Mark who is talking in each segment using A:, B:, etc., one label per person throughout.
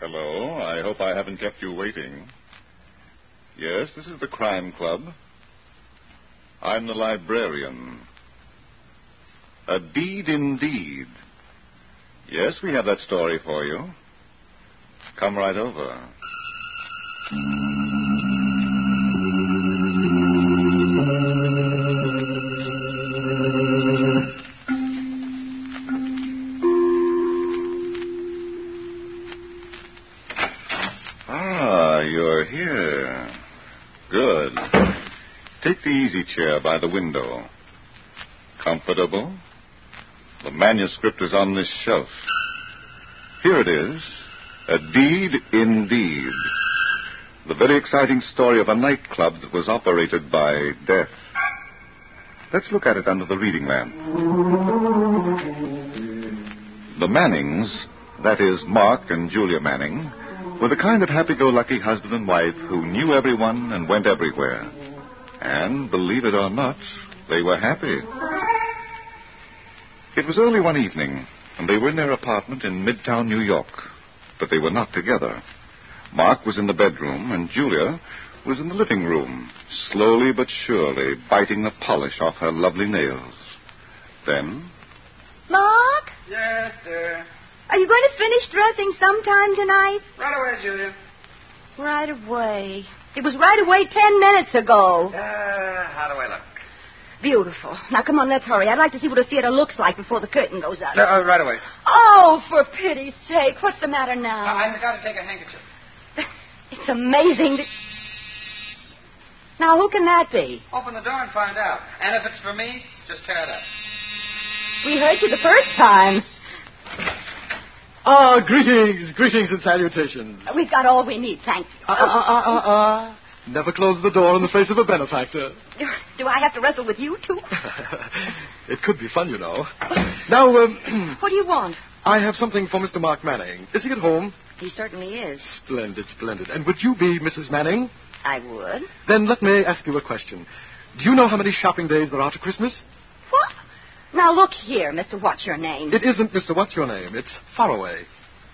A: Hello. I hope I haven't kept you waiting. Yes, this is the Crime Club. I'm the librarian. A deed indeed. Yes, we have that story for you. Come right over. Ah, you're here. Good. Take the easy chair by the window. Comfortable? The manuscript is on this shelf. Here it is. A deed indeed. The very exciting story of a nightclub that was operated by death. Let's look at it under the reading lamp. The Mannings, that is, Mark and Julia Manning, were the kind of happy go lucky husband and wife who knew everyone and went everywhere. And, believe it or not, they were happy. It was early one evening, and they were in their apartment in Midtown, New York. But they were not together. Mark was in the bedroom, and Julia was in the living room, slowly but surely biting the polish off her lovely nails. Then,
B: Mark,
C: Yes, dear.
B: are you going to finish dressing sometime tonight?
C: Right away, Julia.
B: Right away. It was right away ten minutes ago.
C: Uh, how do I look?
B: Beautiful. Now, come on, let's hurry. I'd like to see what a theater looks like before the curtain goes up.
C: No, uh, right away.
B: Oh, for pity's sake, what's the matter now?
C: Uh, I forgot to take a handkerchief. Uh,
B: It's amazing that... Now, who can that be?
C: Open the door and find out. And if it's for me, just tear it up.
B: We heard you the first time.
D: Ah, greetings, greetings and salutations.
B: We've got all we need, thank you.
D: Ah, ah, ah, ah, ah. Never close the door in the face of a benefactor.
B: Oh, Do I have to wrestle with you, too?
D: it could be fun, you know. Now, um,
B: What do you want?
D: I have something for Mr. Mark Manning. Is he at home?
B: He certainly is.
D: Splendid, splendid. And would you be Mrs. Manning?
B: I would.
D: Then let me ask you a question. Do you know how many shopping days there are to Christmas?
B: What? Now, look here, Mr. What's Your Name.
D: It isn't Mr. What's Your Name. It's Faraway.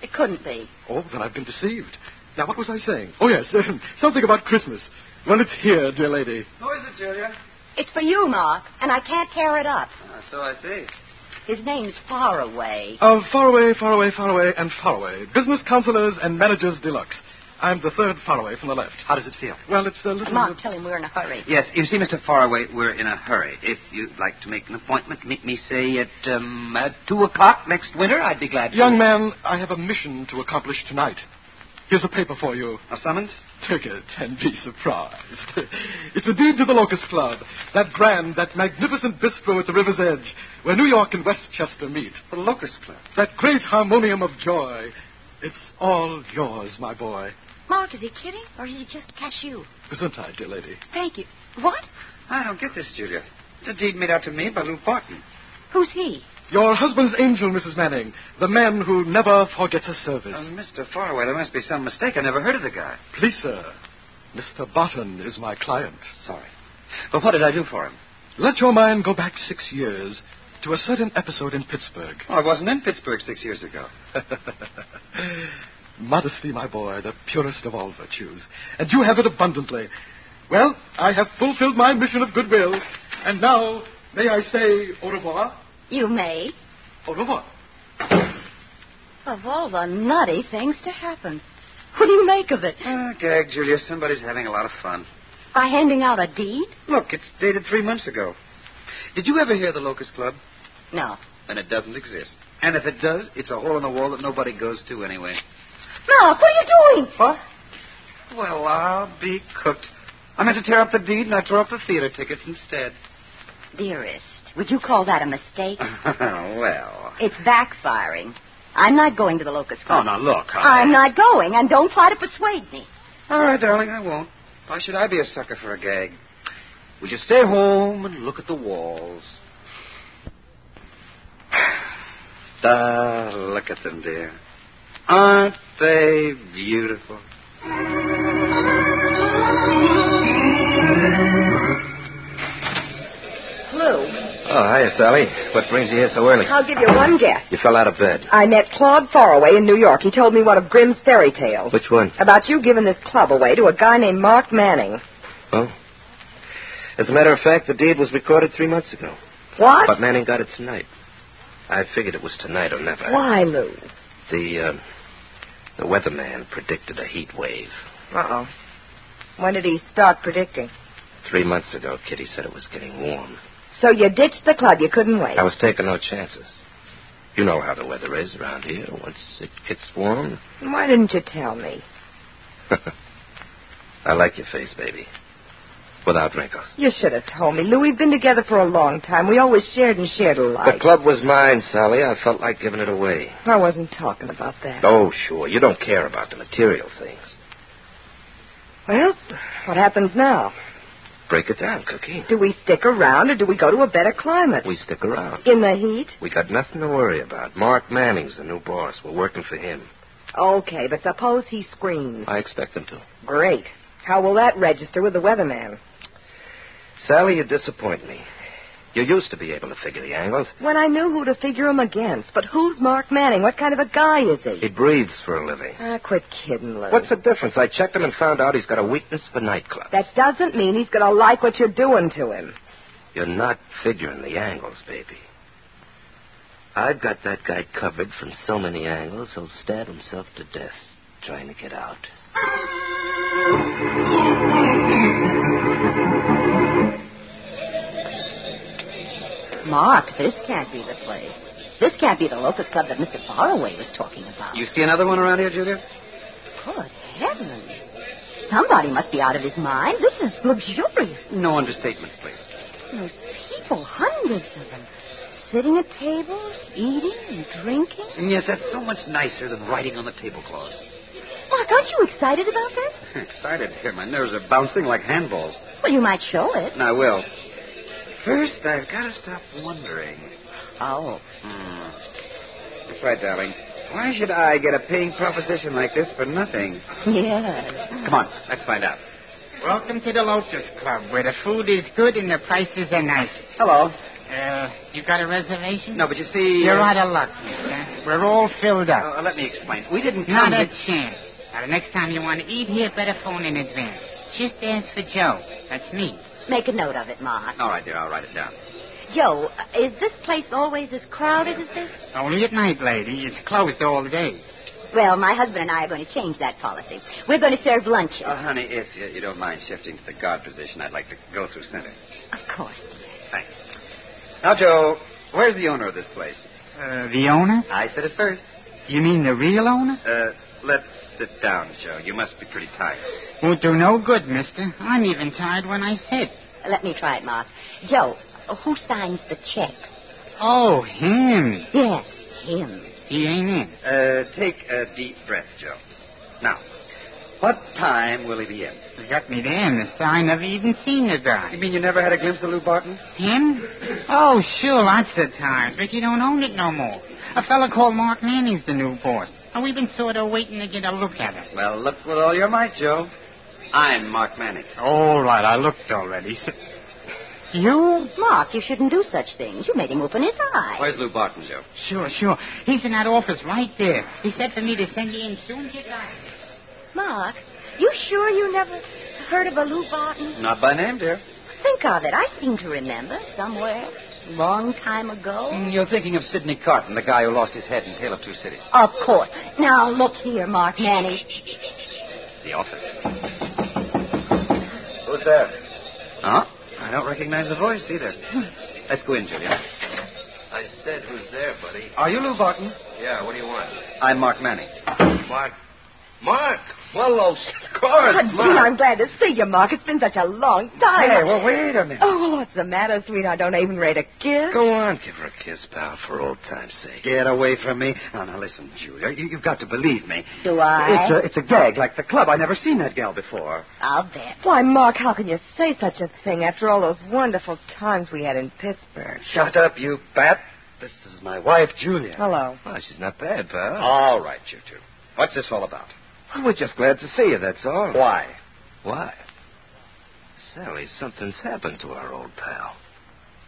B: It couldn't be.
D: Oh, then I've been deceived. Now, what was I saying? Oh, yes, something about Christmas. Well, it's here, dear lady.
C: Who is it, Julia?
B: It's for you, Mark, and I can't tear it up.
C: Uh, so I see.
B: His name's Faraway.
D: Of Faraway, Faraway, Faraway, and Faraway. Business counselors and managers deluxe. I'm the third Faraway from the left.
C: How does it feel?
D: Well, it's a little.
B: Mark, tell him we're in a hurry.
C: Yes, you see, Mr. Faraway, we're in a hurry. If you'd like to make an appointment, meet me, say, at, um, at 2 o'clock next winter. I'd be glad to.
D: Young man, I have a mission to accomplish tonight. Here's a paper for you.
C: A summons?
D: Take it and be surprised. it's a deed to the Locust Club, that grand, that magnificent bistro at the river's edge, where New York and Westchester meet.
C: The Locust Club.
D: That great harmonium of joy. It's all yours, my boy.
B: Mark, is he kidding, or is he just cashew?
D: Gesundheit, dear lady.
B: Thank you. What?
C: I don't get this, Julia. It's a deed made out to me by Lou Barton.
B: Who's he?
D: Your husband's angel, Mrs. Manning, the man who never forgets a service.
C: Uh, Mr. Faraway, there must be some mistake. I never heard of the guy.
D: Please, sir, Mr. Barton is my client.
C: Sorry. But what did I do for him?
D: Let your mind go back six years to a certain episode in Pittsburgh.
C: Oh, I wasn't in Pittsburgh six years ago.
D: Modesty, my boy, the purest of all virtues. And you have it abundantly. Well, I have fulfilled my mission of goodwill. And now, may I say au revoir?
B: You may.
D: Au revoir.
B: Of all the nutty things to happen. What do you make of it?
C: Uh, gag, Julia. Somebody's having a lot of fun.
B: By handing out a deed?
C: Look, it's dated three months ago. Did you ever hear the Locust Club?
B: No.
C: Then it doesn't exist. And if it does, it's a hole in the wall that nobody goes to anyway.
B: Mark, what are you doing?
C: What? Well, I'll be cooked. I meant to tear up the deed, and I tore up the theater tickets instead.
B: Dearest, would you call that a mistake?
C: well.
B: it's backfiring. I'm not going to the Locust
C: Oh,
B: Club.
C: now look. I...
B: I'm not going, and don't try to persuade me.
C: All right, darling, I won't. Why should I be a sucker for a gag? Will you stay home and look at the walls? Ah, look at them, dear. Aren't they beautiful?
B: Lou,
C: Oh, hiya, Sally. What brings you here so early?
B: I'll give you one guess.
C: You fell out of bed.
B: I met Claude Faraway in New York. He told me one of Grimm's fairy tales.
C: Which one?
B: About you giving this club away to a guy named Mark Manning.
C: Oh. As a matter of fact, the deed was recorded three months ago.
B: What?
C: But Manning got it tonight. I figured it was tonight or never.
B: Why, Lou?
C: The, uh, the weatherman predicted a heat wave.
B: Uh-oh. When did he start predicting?
C: Three months ago, Kitty said it was getting warm.
B: So you ditched the club. You couldn't wait.
C: I was taking no chances. You know how the weather is around here. Once it gets warm.
B: Why didn't you tell me?
C: I like your face, baby. Without wrinkles.
B: You should have told me. Lou, we've been together for a long time. We always shared and shared
C: The
B: alike.
C: club was mine, Sally. I felt like giving it away.
B: I wasn't talking about that.
C: Oh, sure. You don't care about the material things.
B: Well, what happens now?
C: Break it down, Cookie.
B: Do we stick around or do we go to a better climate?
C: We stick around.
B: In the heat?
C: We got nothing to worry about. Mark Manning's the new boss. We're working for him.
B: Okay, but suppose he screams.
C: I expect him to.
B: Great. How will that register with the weatherman?
C: Sally, you disappoint me. You used to be able to figure the angles.
B: When I knew who to figure him against. But who's Mark Manning? What kind of a guy is he?
C: He breathes for a living.
B: Ah, quit kidding, Lou.
C: What's the difference? I checked him and found out he's got a weakness for nightclubs.
B: That doesn't mean he's going to like what you're doing to him.
C: You're not figuring the angles, baby. I've got that guy covered from so many angles, he'll stab himself to death trying to get out.
E: Mark, this can't be the place. This can't be the Locust Club that Mr. Faraway was talking about.
D: You see another one around here, Julia?
E: Good heavens. Somebody must be out of his mind. This is luxurious.
D: No understatement, please.
E: Those people, hundreds of them, sitting at tables, eating and drinking.
D: And yes, that's so much nicer than writing on the tablecloths.
E: Mark, aren't you excited about this?
D: Excited here. My nerves are bouncing like handballs.
E: Well, you might show it.
D: And I will. First, I've got to stop wondering.
E: Oh,
D: Hmm. That's right, darling. Why should I get a paying proposition like this for nothing?
E: yes.
D: Come on, let's find out.
F: Welcome to the Lotus Club, where the food is good and the prices are nice.
D: Hello.
F: Uh, you got a reservation?
D: No, but you see.
F: You're
D: uh,
F: out of luck, mister. We're all filled up.
D: uh, let me explain. We didn't come
F: Not a
D: to-
F: chance. Now, the next time you want to eat here, better phone in advance. Just ask for Joe. That's me.
E: Make a note of it, Mark.
D: All right, dear. I'll write it down.
E: Joe, uh, is this place always as crowded as this?
F: Only at night, lady. It's closed all day.
E: Well, my husband and I are going to change that policy. We're going to serve lunches.
C: Uh-huh.
D: Oh, honey, if you, you don't mind shifting to the guard position, I'd like to go through center.
E: Of course.
D: Thanks. Now, Joe, where's the owner of this place?
F: Uh, the owner?
D: I said it first.
F: You mean the real owner?
D: Uh, let's sit down, Joe. You must be pretty tired.
F: Won't do no good, mister. I'm even tired when I sit.
E: Let me try it, Mark. Joe, who signs the checks?
F: Oh, him.
E: Yes, him.
F: He ain't in.
D: Uh, take a deep breath, Joe. Now, what time will he be in?
F: You got me there, mister. I never even seen the guy.
D: You mean you never had a glimpse of Lou Barton?
F: Him? Oh, sure, lots of times, but you don't own it no more. A fella called Mark Manning's the new boss, and we've been sort of waiting to get a look at him.
D: Well, look with all your might, Joe. I'm Mark Manning. Oh.
F: All right, I looked already. You?
E: Mark, you shouldn't do such things. You made him open his eyes.
D: Where's Lou Barton, Joe?
F: Sure, sure. He's in that office right there. He said for me to send you in soon as you got it.
E: Mark, you sure you never heard of a Lou Barton?
D: Not by name, dear.
E: Think of it. I seem to remember somewhere long time
C: Mm,
E: ago.
D: You're thinking of Sidney Carton, the guy who lost his head in Tale of Two Cities.
E: Of course. Now look here, Mark Manning.
D: The office. Who's there? Huh? I don't recognize the voice either. Let's go in, Julia.
C: I said, who's there, buddy?
D: Are you Lou Barton?
C: Yeah, what do you want?
D: I'm Mark Manning.
C: Mark. Mark! Well, of course,
B: Oh, gee, I'm glad to see you, Mark. It's been such a long time.
D: well, wait a minute.
B: Oh, what's the matter, sweetheart? Don't even rate a kiss.
C: Go on, give her a kiss, pal, for old time's sake.
D: Get away from me. Now, now, listen, Julia. You, you've got to believe me.
E: Do I?
D: It's a, it's a gag, like the club. i never seen that gal before.
E: I'll bet.
B: Why, Mark, how can you say such a thing after all those wonderful times we had in Pittsburgh?
D: Shut up, you bat. This is my wife, Julia.
B: Hello.
C: Well, she's not bad, pal.
D: All right, you two. What's this all about?
C: Well, we're just glad to see you, that's all.
D: Oh. Why?
C: Why? Sally, something's happened to our old pal.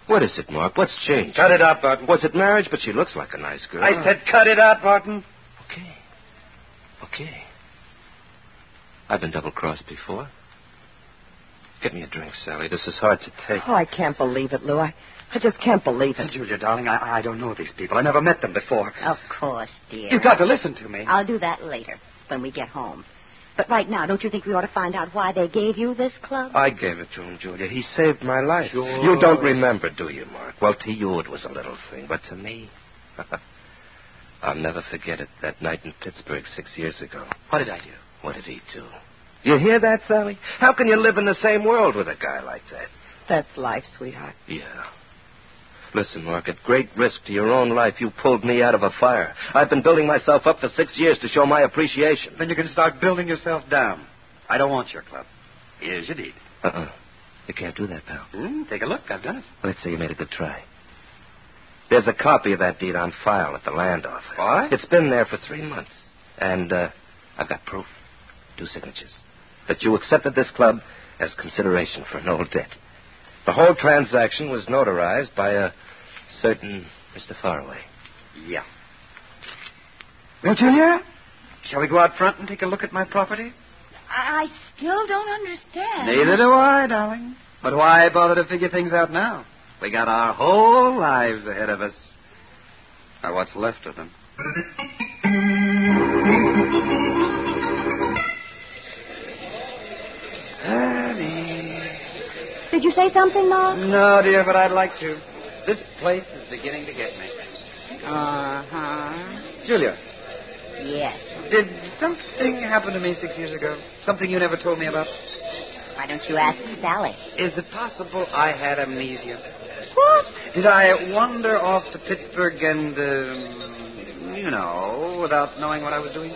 C: What is it, Mark? What's changed?
D: Cut it out, Barton.
C: Was it marriage? But she looks like a nice girl.
D: I said cut it out, Barton.
C: Okay. Okay. I've been double crossed before. Get me a drink, Sally. This is hard to take.
G: Oh, I can't believe it, Lou. I, I just can't believe it.
D: Julia, darling, I, I don't know these people. I never met them before.
B: Of course, dear.
D: You've got to listen to me.
B: Oh, I'll do that later when we get home. But right now, don't you think we ought to find out why they gave you this club?
C: I gave it to him, Julia. He saved my life.
D: Sure.
C: You don't remember, do you, Mark? Well, to you it was a little thing, but to me, I'll never forget it. That night in Pittsburgh six years ago.
D: What did I do?
C: What did he do? You hear that, Sally? How can you live in the same world with a guy like that?
G: That's life, sweetheart.
C: Yeah. Listen, Mark, at great risk to your own life, you pulled me out of a fire. I've been building myself up for six years to show my appreciation.
D: Then you can start building yourself down. I don't want your club. Here's your deed.
C: Uh-uh. You can't do that, pal.
D: Hmm, take a look. I've done it.
C: Let's say you made a good try. There's a copy of that deed on file at the land office.
D: What?
C: It's been there for three months. And uh, I've got proof. Two signatures. That you accepted this club as consideration for an old debt. The whole transaction was notarized by a certain Mr. Faraway.
D: Yeah. Well, Julia, shall we go out front and take a look at my property?
B: I I still don't understand.
D: Neither do I, darling. But why bother to figure things out now? We got our whole lives ahead of us. Or what's left of them. Honey.
B: Did you say something, Mark?
D: No, dear, but I'd like to. This place is beginning to get me.
F: Uh huh.
D: Uh-huh. Julia,
B: Yes.
D: did something happen to me six years ago? Something you never told me about?
B: Why don't you ask Sally?
D: Is it possible I had amnesia?
B: What?
D: Did I wander off to Pittsburgh and, um, you know, without knowing what I was doing?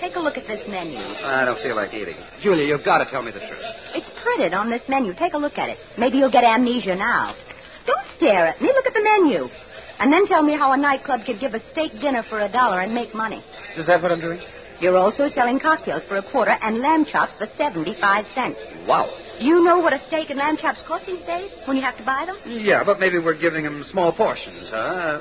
B: Take a look at this menu.
D: I don't feel like eating. Julia, you've got to tell me the truth.
B: It's printed on this menu. Take a look at it. Maybe you'll get amnesia now. Don't stare at me. Look at the menu. And then tell me how a nightclub could give a steak dinner for a dollar and make money.
D: Is that what I'm doing?
B: You're also selling cocktails for a quarter and lamb chops for 75 cents.
D: Wow.
B: Do you know what a steak and lamb chops cost these days when you have to buy them?
D: Yeah, but maybe we're giving them small portions, huh?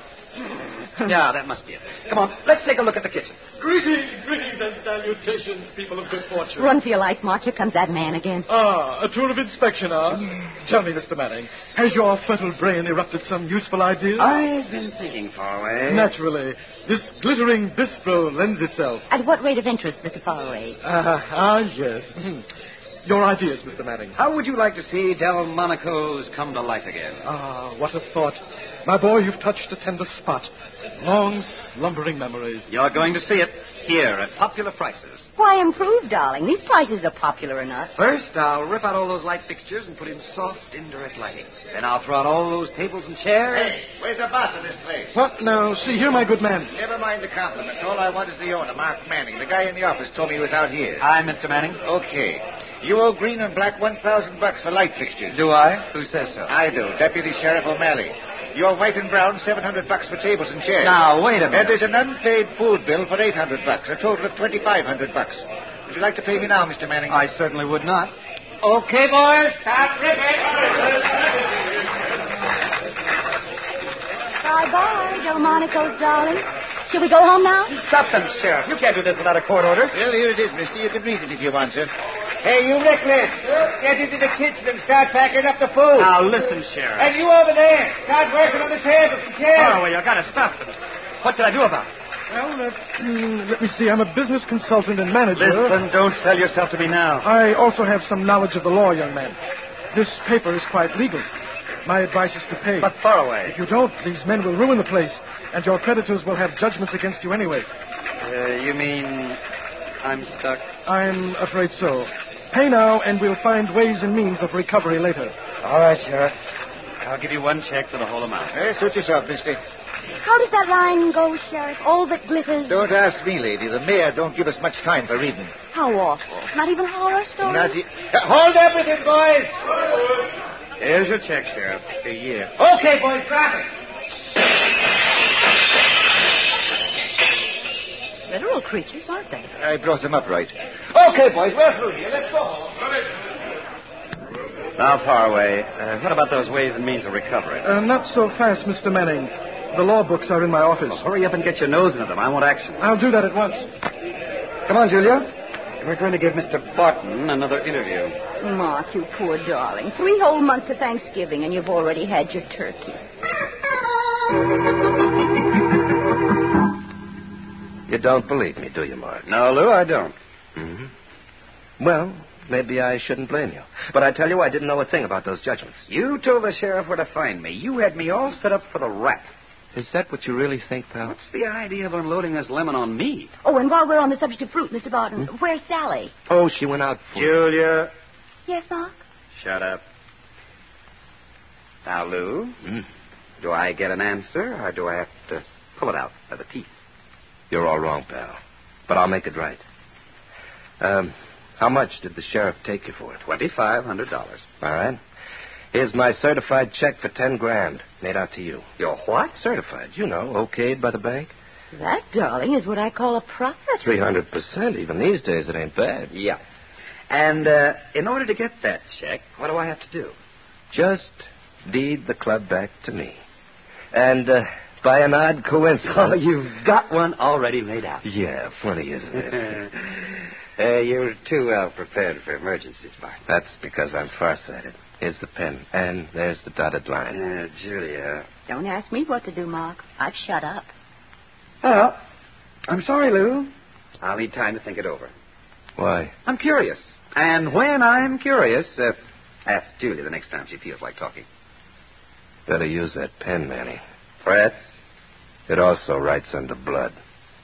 D: yeah, that must be it. Come on, let's take a look at the kitchen.
H: Greetings, greetings, and salutations, people of good fortune.
B: Run for your life, Mark. Here comes that man again.
H: Ah, a tour of inspection, ah? Tell me, Mr. Manning, has your fertile brain erupted some useful idea?
D: I've been thinking, Farway.
H: Naturally. This glittering bistro lends itself.
B: At what rate of interest, Mr. Faraway?
H: Ah, ah yes. Your ideas, Mr. Manning.
D: How would you like to see Delmonico's come to life again?
H: Ah, what a thought. My boy, you've touched a tender spot. Long, slumbering memories.
D: You're going to see it here at popular prices.
B: Why improve, darling? These prices are popular enough.
D: First, I'll rip out all those light fixtures and put in soft, indirect lighting. Then I'll throw out all those tables and chairs.
I: Where's the boss of this place?
H: What now? See here, my good man.
I: Never mind the compliments. All I want is the owner, Mark Manning. The guy in the office told me he was out here.
D: Hi, Mr. Manning.
I: Okay. You owe Green and Black one thousand bucks for light fixtures.
D: Do I? Who says so?
I: I do. Deputy Sheriff O'Malley. Your White and Brown seven hundred bucks for tables and chairs.
D: Now, wait a
I: And
D: minute.
I: there's an unpaid food bill for eight hundred bucks. A total of twenty five hundred bucks. Would you like to pay me now, Mr. Manning?
D: I certainly would not.
I: Okay, boys. Stop
B: Bye bye, Delmonico's darling. Shall we go home now?
D: Stop them, Sheriff. You can't do this without a court order.
I: Well, here it is, mister. You can read it if you want, sir. Hey, you reckless! Get into the kitchen and start packing up the food.
D: Now, listen, Sheriff.
I: And you over there, start working on the tables and
D: Oh,
I: chairs.
D: well, you gotta stop them. What can I do about it?
H: Well, uh, hmm, let me see. I'm a business consultant and manager.
D: Listen, don't sell yourself to me now.
H: I also have some knowledge of the law, young man. This paper is quite legal. My advice is to pay.
D: But far away.
H: if you don't, these men will ruin the place, and your creditors will have judgments against you anyway.
D: Uh, you mean I'm stuck?
H: I'm afraid so. Pay now, and we'll find ways and means of recovery later.
D: All right, Sheriff. I'll give you one check for the whole amount.
I: Hey, Eh, suit yourself, mister.
B: How does that line go, Sheriff? All that glitters.
I: Don't ask me, lady. The mayor don't give us much time for reading.
B: How awful. Not even horror stories?
I: Not e- Uh, Hold everything, boys.
D: Here's your check, Sheriff.
I: A year. Okay, boys, drop it.
B: Literal creatures, aren't they?
I: I brought them up right. Okay, boys, we're through here. Let's go home.
J: Now, Parway, uh, what about those ways and means of recovery?
D: Uh, not so fast, Mr. Manning. The law books are in my office.
C: Well, hurry up and get your nose into them. I want action.
D: I'll do that at once.
C: Come on, Julia. We're going to give Mr. Barton another interview.
B: Mark, you poor darling. Three whole months to Thanksgiving, and you've already had your turkey.
J: You don't believe me, do you, Mark?
C: No, Lou, I don't.
J: hmm Well, maybe I shouldn't blame you. But I tell you, I didn't know a thing about those judgments.
C: You told the sheriff where to find me. You had me all set up for the rap.
J: Is that what you really think, pal?
C: What's the idea of unloading this lemon on me?
B: Oh, and while we're on the subject of fruit, Mr. Barton, where's Sally?
J: Oh, she went out for
C: Julia.
B: Yes, Mark?
C: Shut up. Now, Lou,
J: Mm.
C: do I get an answer, or do I have to pull it out by the teeth?
J: You're all wrong, pal. But I'll make it right. Um, how much did the sheriff take you for it?
C: Twenty-five hundred dollars.
J: All right. Here's my certified check for ten grand, made out to you.
C: Your what?
J: Certified, you know, okayed by the bank.
B: That, darling, is what I call a profit.
J: Three hundred percent. Even these days, it ain't bad.
C: Yeah. And uh, in order to get that check, what do I have to do?
J: Just deed the club back to me, and uh, by an odd coincidence. Oh, you've
C: Got one already made out.
J: Yeah, funny, isn't it?
C: uh, you're too well prepared for emergencies, Bart.
J: That's because I'm farsighted. Here's the pen, and there's the dotted line.
C: Uh, Julia.
B: Don't ask me what to do, Mark. I've shut up.
C: Well, Uh, I'm sorry, Lou. I'll need time to think it over.
J: Why?
C: I'm curious. And when I'm curious, uh, ask Julia the next time she feels like talking.
J: Better use that pen, Manny.
C: Frets?
J: It also writes under blood.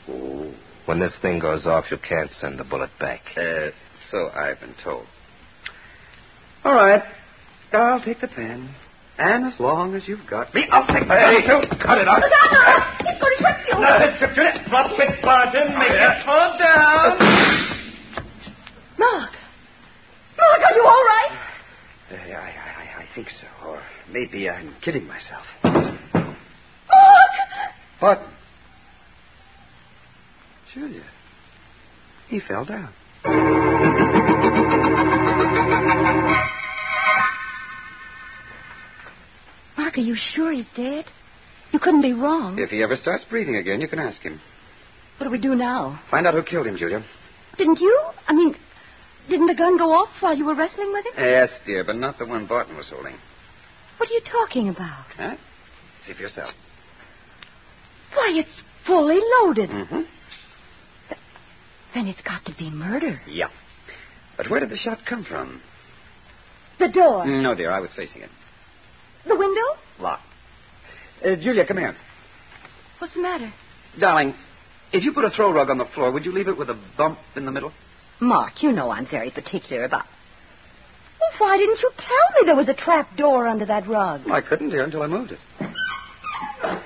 J: When this thing goes off, you can't send the bullet back.
C: Uh, so I've been told. All right. I'll take the pen. And as long as you've got me, I'll take the pen, too. Cut it off.
B: It's going to trip you.
C: Julia, drop it, Barton. Make it fall down.
B: Mark! Mark, are you all right?
C: I, I, I, I think so. Or maybe I'm kidding myself.
B: Mark!
C: Barton. Julia. He fell down.
B: Mark, are you sure he's dead? You couldn't be wrong.
C: If he ever starts breathing again, you can ask him.
B: What do we do now?
C: Find out who killed him, Julia.
B: Didn't you? I mean, didn't the gun go off while you were wrestling with him?
C: Yes, dear, but not the one Barton was holding.
B: What are you talking about?
C: Huh? See for yourself.
B: Why, it's fully loaded.
C: Mm-hmm.
B: Then it's got to be murder.
C: Yeah. But where did the shot come from?
B: The door.
C: No, dear, I was facing it.
B: The window?
C: Locked. Uh, Julia, come here.
B: What's the matter?
C: Darling, if you put a throw rug on the floor, would you leave it with a bump in the middle?
B: Mark, you know I'm very particular about. Well, why didn't you tell me there was a trap door under that rug?
C: I couldn't, dear, until I moved it.
B: A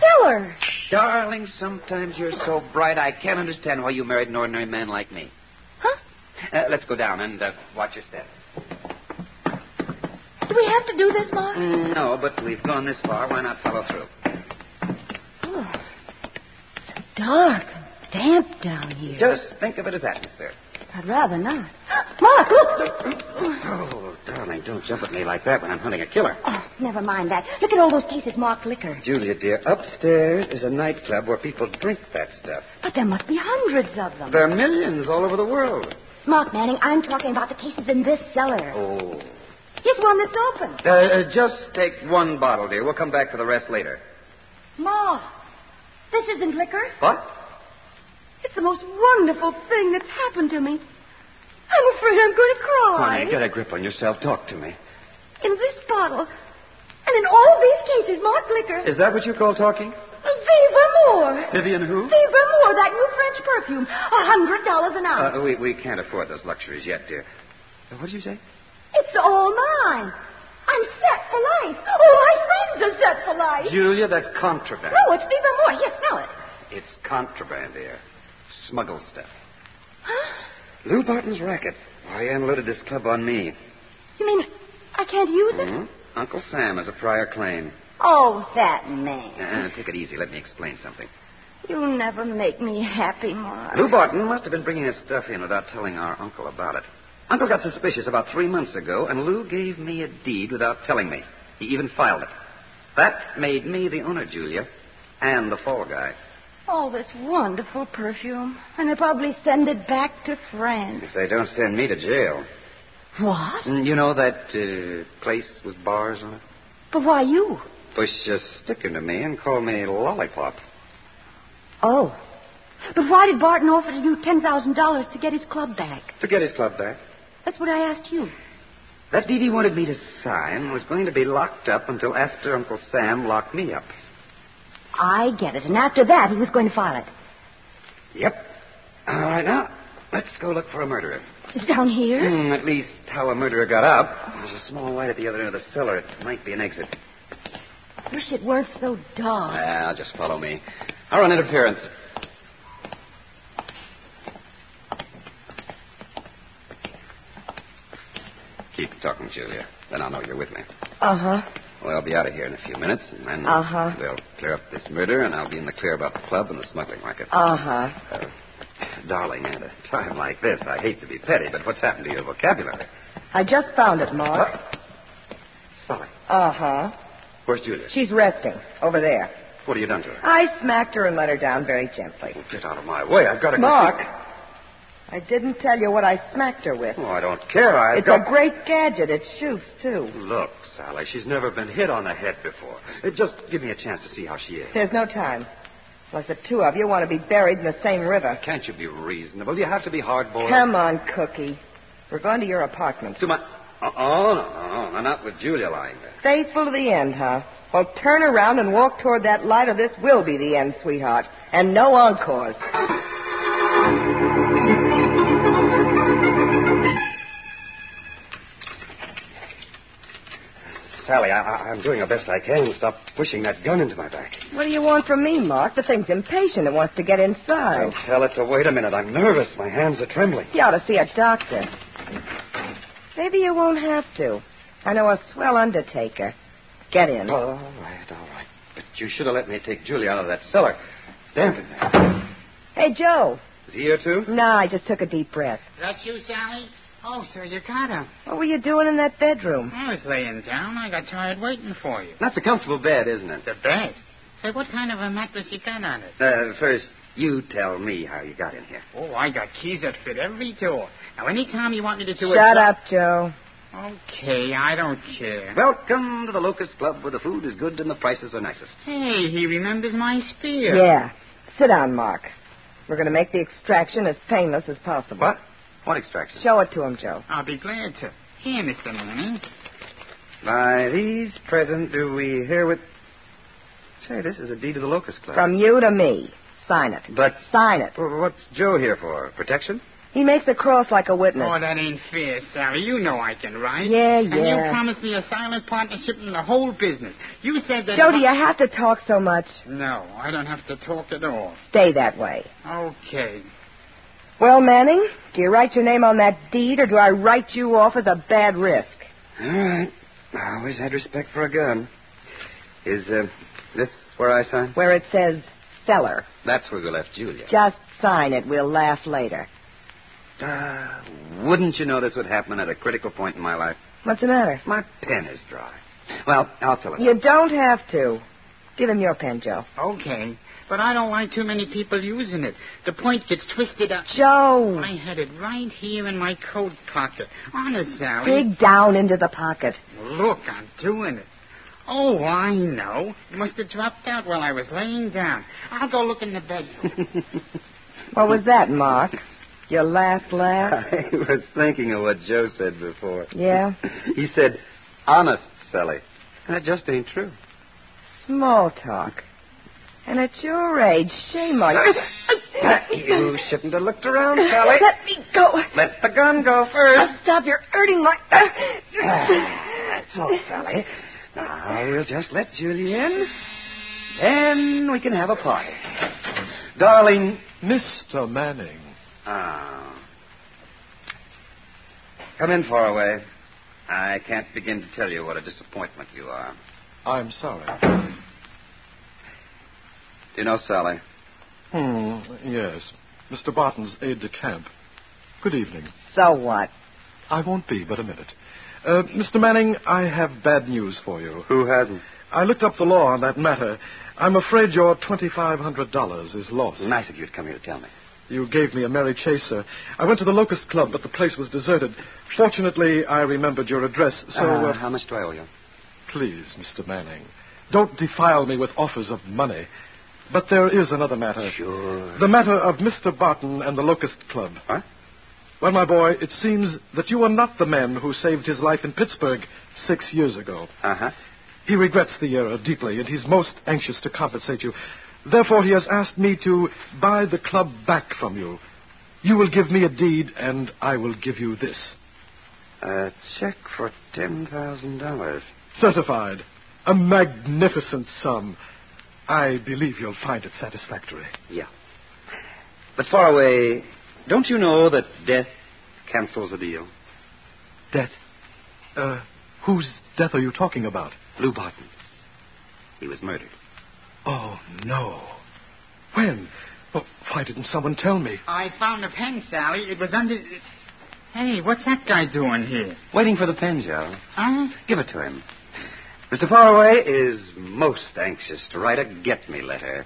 B: cellar.
C: Darling, sometimes you're so bright I can't understand why you married an ordinary man like me.
B: Huh?
C: Uh, let's go down and uh, watch your step.
B: Do we have to do this, Mark?
C: No, but we've gone this far. Why not follow through?
B: Oh, it's dark and damp down here.
C: Just think of it as atmosphere.
B: I'd rather not. Mark, look!
C: Oh, darling, don't jump at me like that when I'm hunting a killer.
B: Oh, never mind that. Look at all those cases marked liquor.
C: Julia, dear, upstairs is a nightclub where people drink that stuff.
B: But there must be hundreds of them.
C: There are millions all over the world.
B: Mark Manning, I'm talking about the cases in this cellar.
C: Oh.
B: Here's one that's open.
C: Uh, uh, just take one bottle, dear. We'll come back for the rest later.
B: Mark, this isn't liquor.
C: What?
B: It's the most wonderful thing that's happened to me. I'm afraid I'm going to cry.
C: Honey, get a grip on yourself. Talk to me.
B: In this bottle. And in all these cases, marked liquor.
C: Is that what you call talking?
B: Viva Moore.
C: Vivian who?
B: Viva Moore, that new French perfume. A hundred dollars an ounce.
C: Uh, we, we can't afford those luxuries yet, dear. Uh, What did you say?
B: It's all mine. I'm set for life. All my friends are set for life.
C: Julia, that's contraband.
B: No, it's Viva Moore. Here, smell it.
C: It's contraband, dear. Smuggle stuff. Lou Barton's racket. Why, he unloaded this club on me.
B: You mean I can't use it?
C: Hmm? Uncle Sam has a prior claim.
B: Oh, that man.
C: Uh, take it easy. Let me explain something.
B: You never make me happy, Mark.
C: Lou Barton must have been bringing his stuff in without telling our uncle about it. Uncle got suspicious about three months ago, and Lou gave me a deed without telling me. He even filed it. That made me the owner, Julia, and the fall guy.
B: All this wonderful perfume. And they probably send it back to France.
C: If they don't send me to jail.
B: What?
C: Mm, You know that uh, place with bars on it?
B: But why you?
C: Bush just sticking to me and called me Lollipop.
B: Oh. But why did Barton offer to do $10,000 to get his club back?
C: To get his club back.
B: That's what I asked you.
C: That deed he wanted me to sign was going to be locked up until after Uncle Sam locked me up.
B: I get it. And after that, he was going to file it.
C: Yep. All right, now, let's go look for a murderer.
B: It's down here?
C: Hmm, at least how a murderer got up. There's a small light at the other end of the cellar. It might be an exit.
K: Mm.
B: Wish it weren't so dark.
C: Ah, just follow me. I'll run interference. Keep talking, Julia. Then I'll know you're with me.
K: Uh huh.
C: Well, I'll be out of here in a few minutes, and
B: Oh.
C: then
K: Uh-huh.
C: we'll clear up this murder, and I'll be in the clear about the club and the smuggling racket.
K: Uh huh.
C: Uh, darling, at a time like this, I hate to be petty, but what's happened to your vocabulary?
K: I just found it, Mark.
C: Sorry.
K: Uh huh.
C: Where's Julia?
K: She's resting over there.
C: What have you done to her?
K: I smacked her and let her down very gently.
C: Get out of my way. I've got to
K: Mark, I didn't tell you what I smacked her with.
C: Go see- Oh, I don't care. I've
K: it's
C: got...
K: a great gadget. It shoots too.
C: Look, Sally, she's never been hit on the head before. Uh, Just give me a chance to see how she is.
K: There's no time. Unless the two of you want to be buried in the same river.
C: Can't you be reasonable? You have to be hard-boiled.
K: Come on, Cookie. We're going to your apartment.
C: To my... Oh, no, no, no, not with Julia lying there.
K: Faithful to the end, huh? Well, turn around and walk toward that light, or this will be the end, sweetheart. And no encores.
C: Sally, I, I, I'm doing the best I can to stop pushing that gun into my back.
K: What do you want from me, Mark? The thing's impatient. It wants to get inside.
C: I'll tell it to wait a minute. I'm nervous. My hands are trembling.
K: You ought to see a doctor. Maybe you won't have to. I know a swell undertaker. Get in.
B: Oh.
C: All right, all right. But you should have let me take Julia out of that cellar. Stand in there.
K: Hey, Joe.
C: Is he here, too?
K: No, I just took a deep breath.
F: That you, Sally? Oh, sir, you got him.
K: What were you doing in that bedroom?
F: I was laying down. I got tired waiting for you.
C: That's a comfortable bed, isn't it?
F: The bed. Say, what kind of a mattress you got on it?
C: Uh, first, you tell me how you got in here.
F: Oh, I got keys that fit every door. Now, anytime you want me to do it.
K: Shut up, Joe.
F: Okay, I don't care.
C: Welcome to the Locust Club, where the food is good and the prices are nicest.
F: Hey, he remembers my spear.
K: Yeah. Sit down, Mark. We're going to make the extraction as painless as possible.
C: What? What extraction?
K: Show it to him, Joe.
F: I'll be glad to. Here, Mr. Manning.
C: By these present, do we herewith. Say, this is a deed of the Locust Club.
K: From you to me. Sign it.
C: But-
K: Sign it.
C: Well, What's Joe here for? Protection?
K: He makes a cross like a witness.
F: Oh, that ain't fair, Sally. You know I can write.
K: Yeah,
F: And you
K: yeah.
F: promised me a silent partnership in the whole business. You said that.
K: Joe, do you have to talk so much?
F: No, I don't have to talk at all.
K: Stay that way.
F: Okay.
K: Well, Manning, do you write your name on that deed, or do I write you off as a bad risk?
C: All right. I always had respect for a gun. Is uh, this where I sign?
K: Where it says seller.
C: That's where we left Julia.
K: Just sign it. We'll laugh later.
C: Ah, wouldn't you know this would happen at a critical point in my life?
K: What's the matter?
C: My pen is dry. Well, I'll fill it.
K: You don't have to. Give him your pen, Joe.
F: Okay. But I don't like too many people using it. The point gets twisted up.
K: Joe,
F: I had it right here in my coat pocket. Honest, Sally.
K: dig down into the pocket.
F: Look, I'm doing it. Oh, I know. It must have dropped out while I was laying down. I'll go look in the bedroom.
K: What was that, Mark? Your last laugh?
C: I was thinking of what Joe said before.
K: Yeah?
C: He said, honest, Sally. That just ain't true.
K: Small talk. And at your age, shame on you.
C: you shouldn't have looked around, Sally.
K: Let me go.
C: Let the gun go first.
K: Stop, you're hurting my.
C: That's all, Sally. Now we'll just let Julie in. Then we can have a party. Darling.
D: Mr. Manning.
C: Ah. Come in, Faraway. I can't begin to tell you what a disappointment you are.
D: I'm sorry.
C: You know, Sally,
D: Hmm, yes. Mr. Barton's aide de camp. Good evening.
K: So what?
D: I won't be but a minute. Uh, Mr. Manning, I have bad news for you.
C: Who hasn't?
D: I looked up the law on that matter. I'm afraid your $2,500 is lost.
C: Nice of you to come here to tell me.
D: You gave me a merry chaser. I went to the Locust Club, but the place was deserted. Fortunately, I remembered your address, so.
C: Uh,
D: uh,
C: how much do I owe you?
D: Please, Mr. Manning, don't defile me with offers of money. But there is another matter.
C: Sure.
D: The matter of Mr. Barton and the Locust Club.
C: What?
D: Well, my boy, it seems that you are not the man who saved his life in Pittsburgh six years ago.
C: Uh huh.
D: He regrets the error deeply, and he's most anxious to compensate you. Therefore, he has asked me to buy the club back from you. You will give me a deed, and I will give you this.
C: A Uh, check for ten thousand dollars.
D: Certified. A magnificent sum. I believe you'll find it satisfactory.
C: Yeah. But far away, don't you know that death cancels a deal?
D: Death? Uh, whose death are you talking about?
C: Lou Barton. He was murdered.
D: Oh, no. When? Oh, why didn't someone tell me?
F: I found a pen, Sally. It was under. Hey, what's that guy doing here?
C: Waiting for the pen, Joe.
F: Huh?
C: Give it to him. Mr. Faraway is most anxious to write a get me letter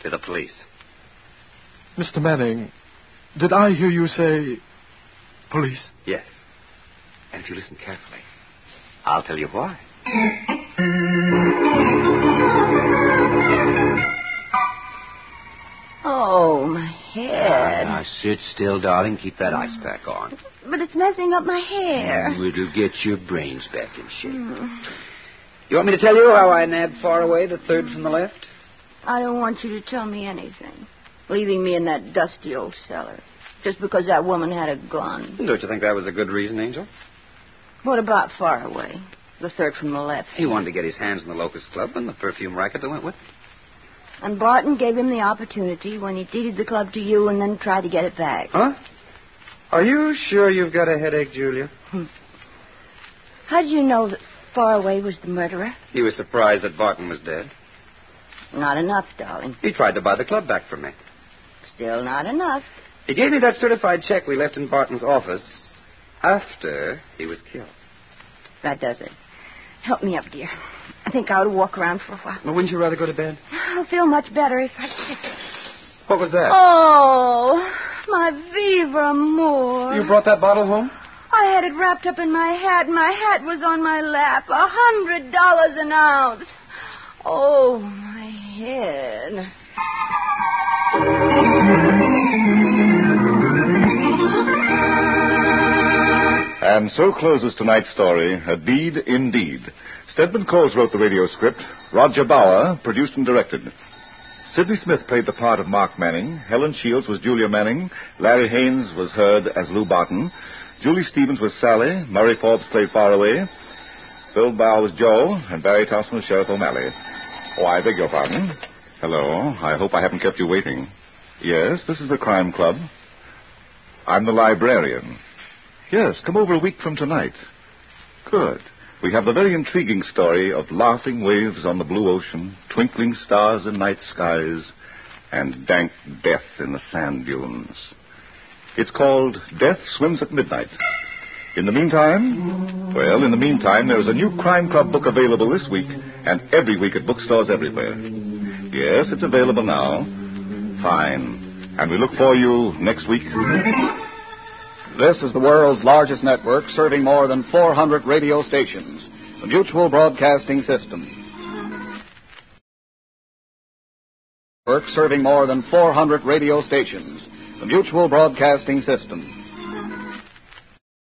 C: to the police.
D: Mr. Manning, did I hear you say police?
C: Yes. And if you listen carefully, I'll tell you why.
B: Oh, my head.
C: Uh-huh.
J: Now sit still, darling. Keep that ice pack on.
B: But it's messing up my hair.
J: It'll get your brains back in shape.
C: Hmm. You want me to tell you how I nabbed Faraway, the third from the left? Mm-hmm.
B: I don't want you to tell me anything. Leaving me in that dusty old cellar. Just because that woman had a gun.
C: Don't you think that was a good reason, Angel?
B: What about Faraway? The third from the left.
C: He wanted to get his hands on the Locust Club and the perfume racket that went with it.
B: And Barton gave him the opportunity when he deeded the club to you and then tried to get it back.
C: Huh? Are you sure you've got a headache, Julia?
B: How'd you know that Faraway was the murderer?
C: He was surprised that Barton was dead.
B: Not enough, darling.
C: He tried to buy the club back from me.
B: Still not enough.
C: He gave me that certified check we left in Barton's office after he was killed.
B: That does it. Help me up, dear. I think I ought to walk around for a while.
C: Well, wouldn't you rather go to bed?
B: I'll feel much better if I.
C: What was that?
B: Oh, my Viva Moore.
C: You brought that bottle home?
B: I had it wrapped up in my hat, and my hat was on my lap. A hundred dollars an ounce. Oh, my head.
A: And so closes tonight's story, A Deed Indeed. Stedman Coles wrote the radio script. Roger Bauer produced and directed. Sidney Smith played the part of Mark Manning. Helen Shields was Julia Manning. Larry Haynes was heard as Lou Barton. Julie Stevens was Sally. Murray Forbes played Faraway. Bill Bauer was Joe. And Barry Thompson was Sheriff O'Malley. Oh, I beg your pardon. Hello. I hope I haven't kept you waiting. Yes, this is the Crime Club. I'm the librarian. Yes, come over a week from tonight. Good. We have the very intriguing story of laughing waves on the blue ocean, twinkling stars in night skies, and dank death in the sand dunes. It's called Death Swims at Midnight. In the meantime, well, in the meantime, there is a new Crime Club book available this week and every week at bookstores everywhere. Yes, it's available now. Fine. And we look for you next week.
L: This is the world's largest network serving more than 400 radio stations, the Mutual Broadcasting System. Work serving more than 400 radio stations, the Mutual Broadcasting System.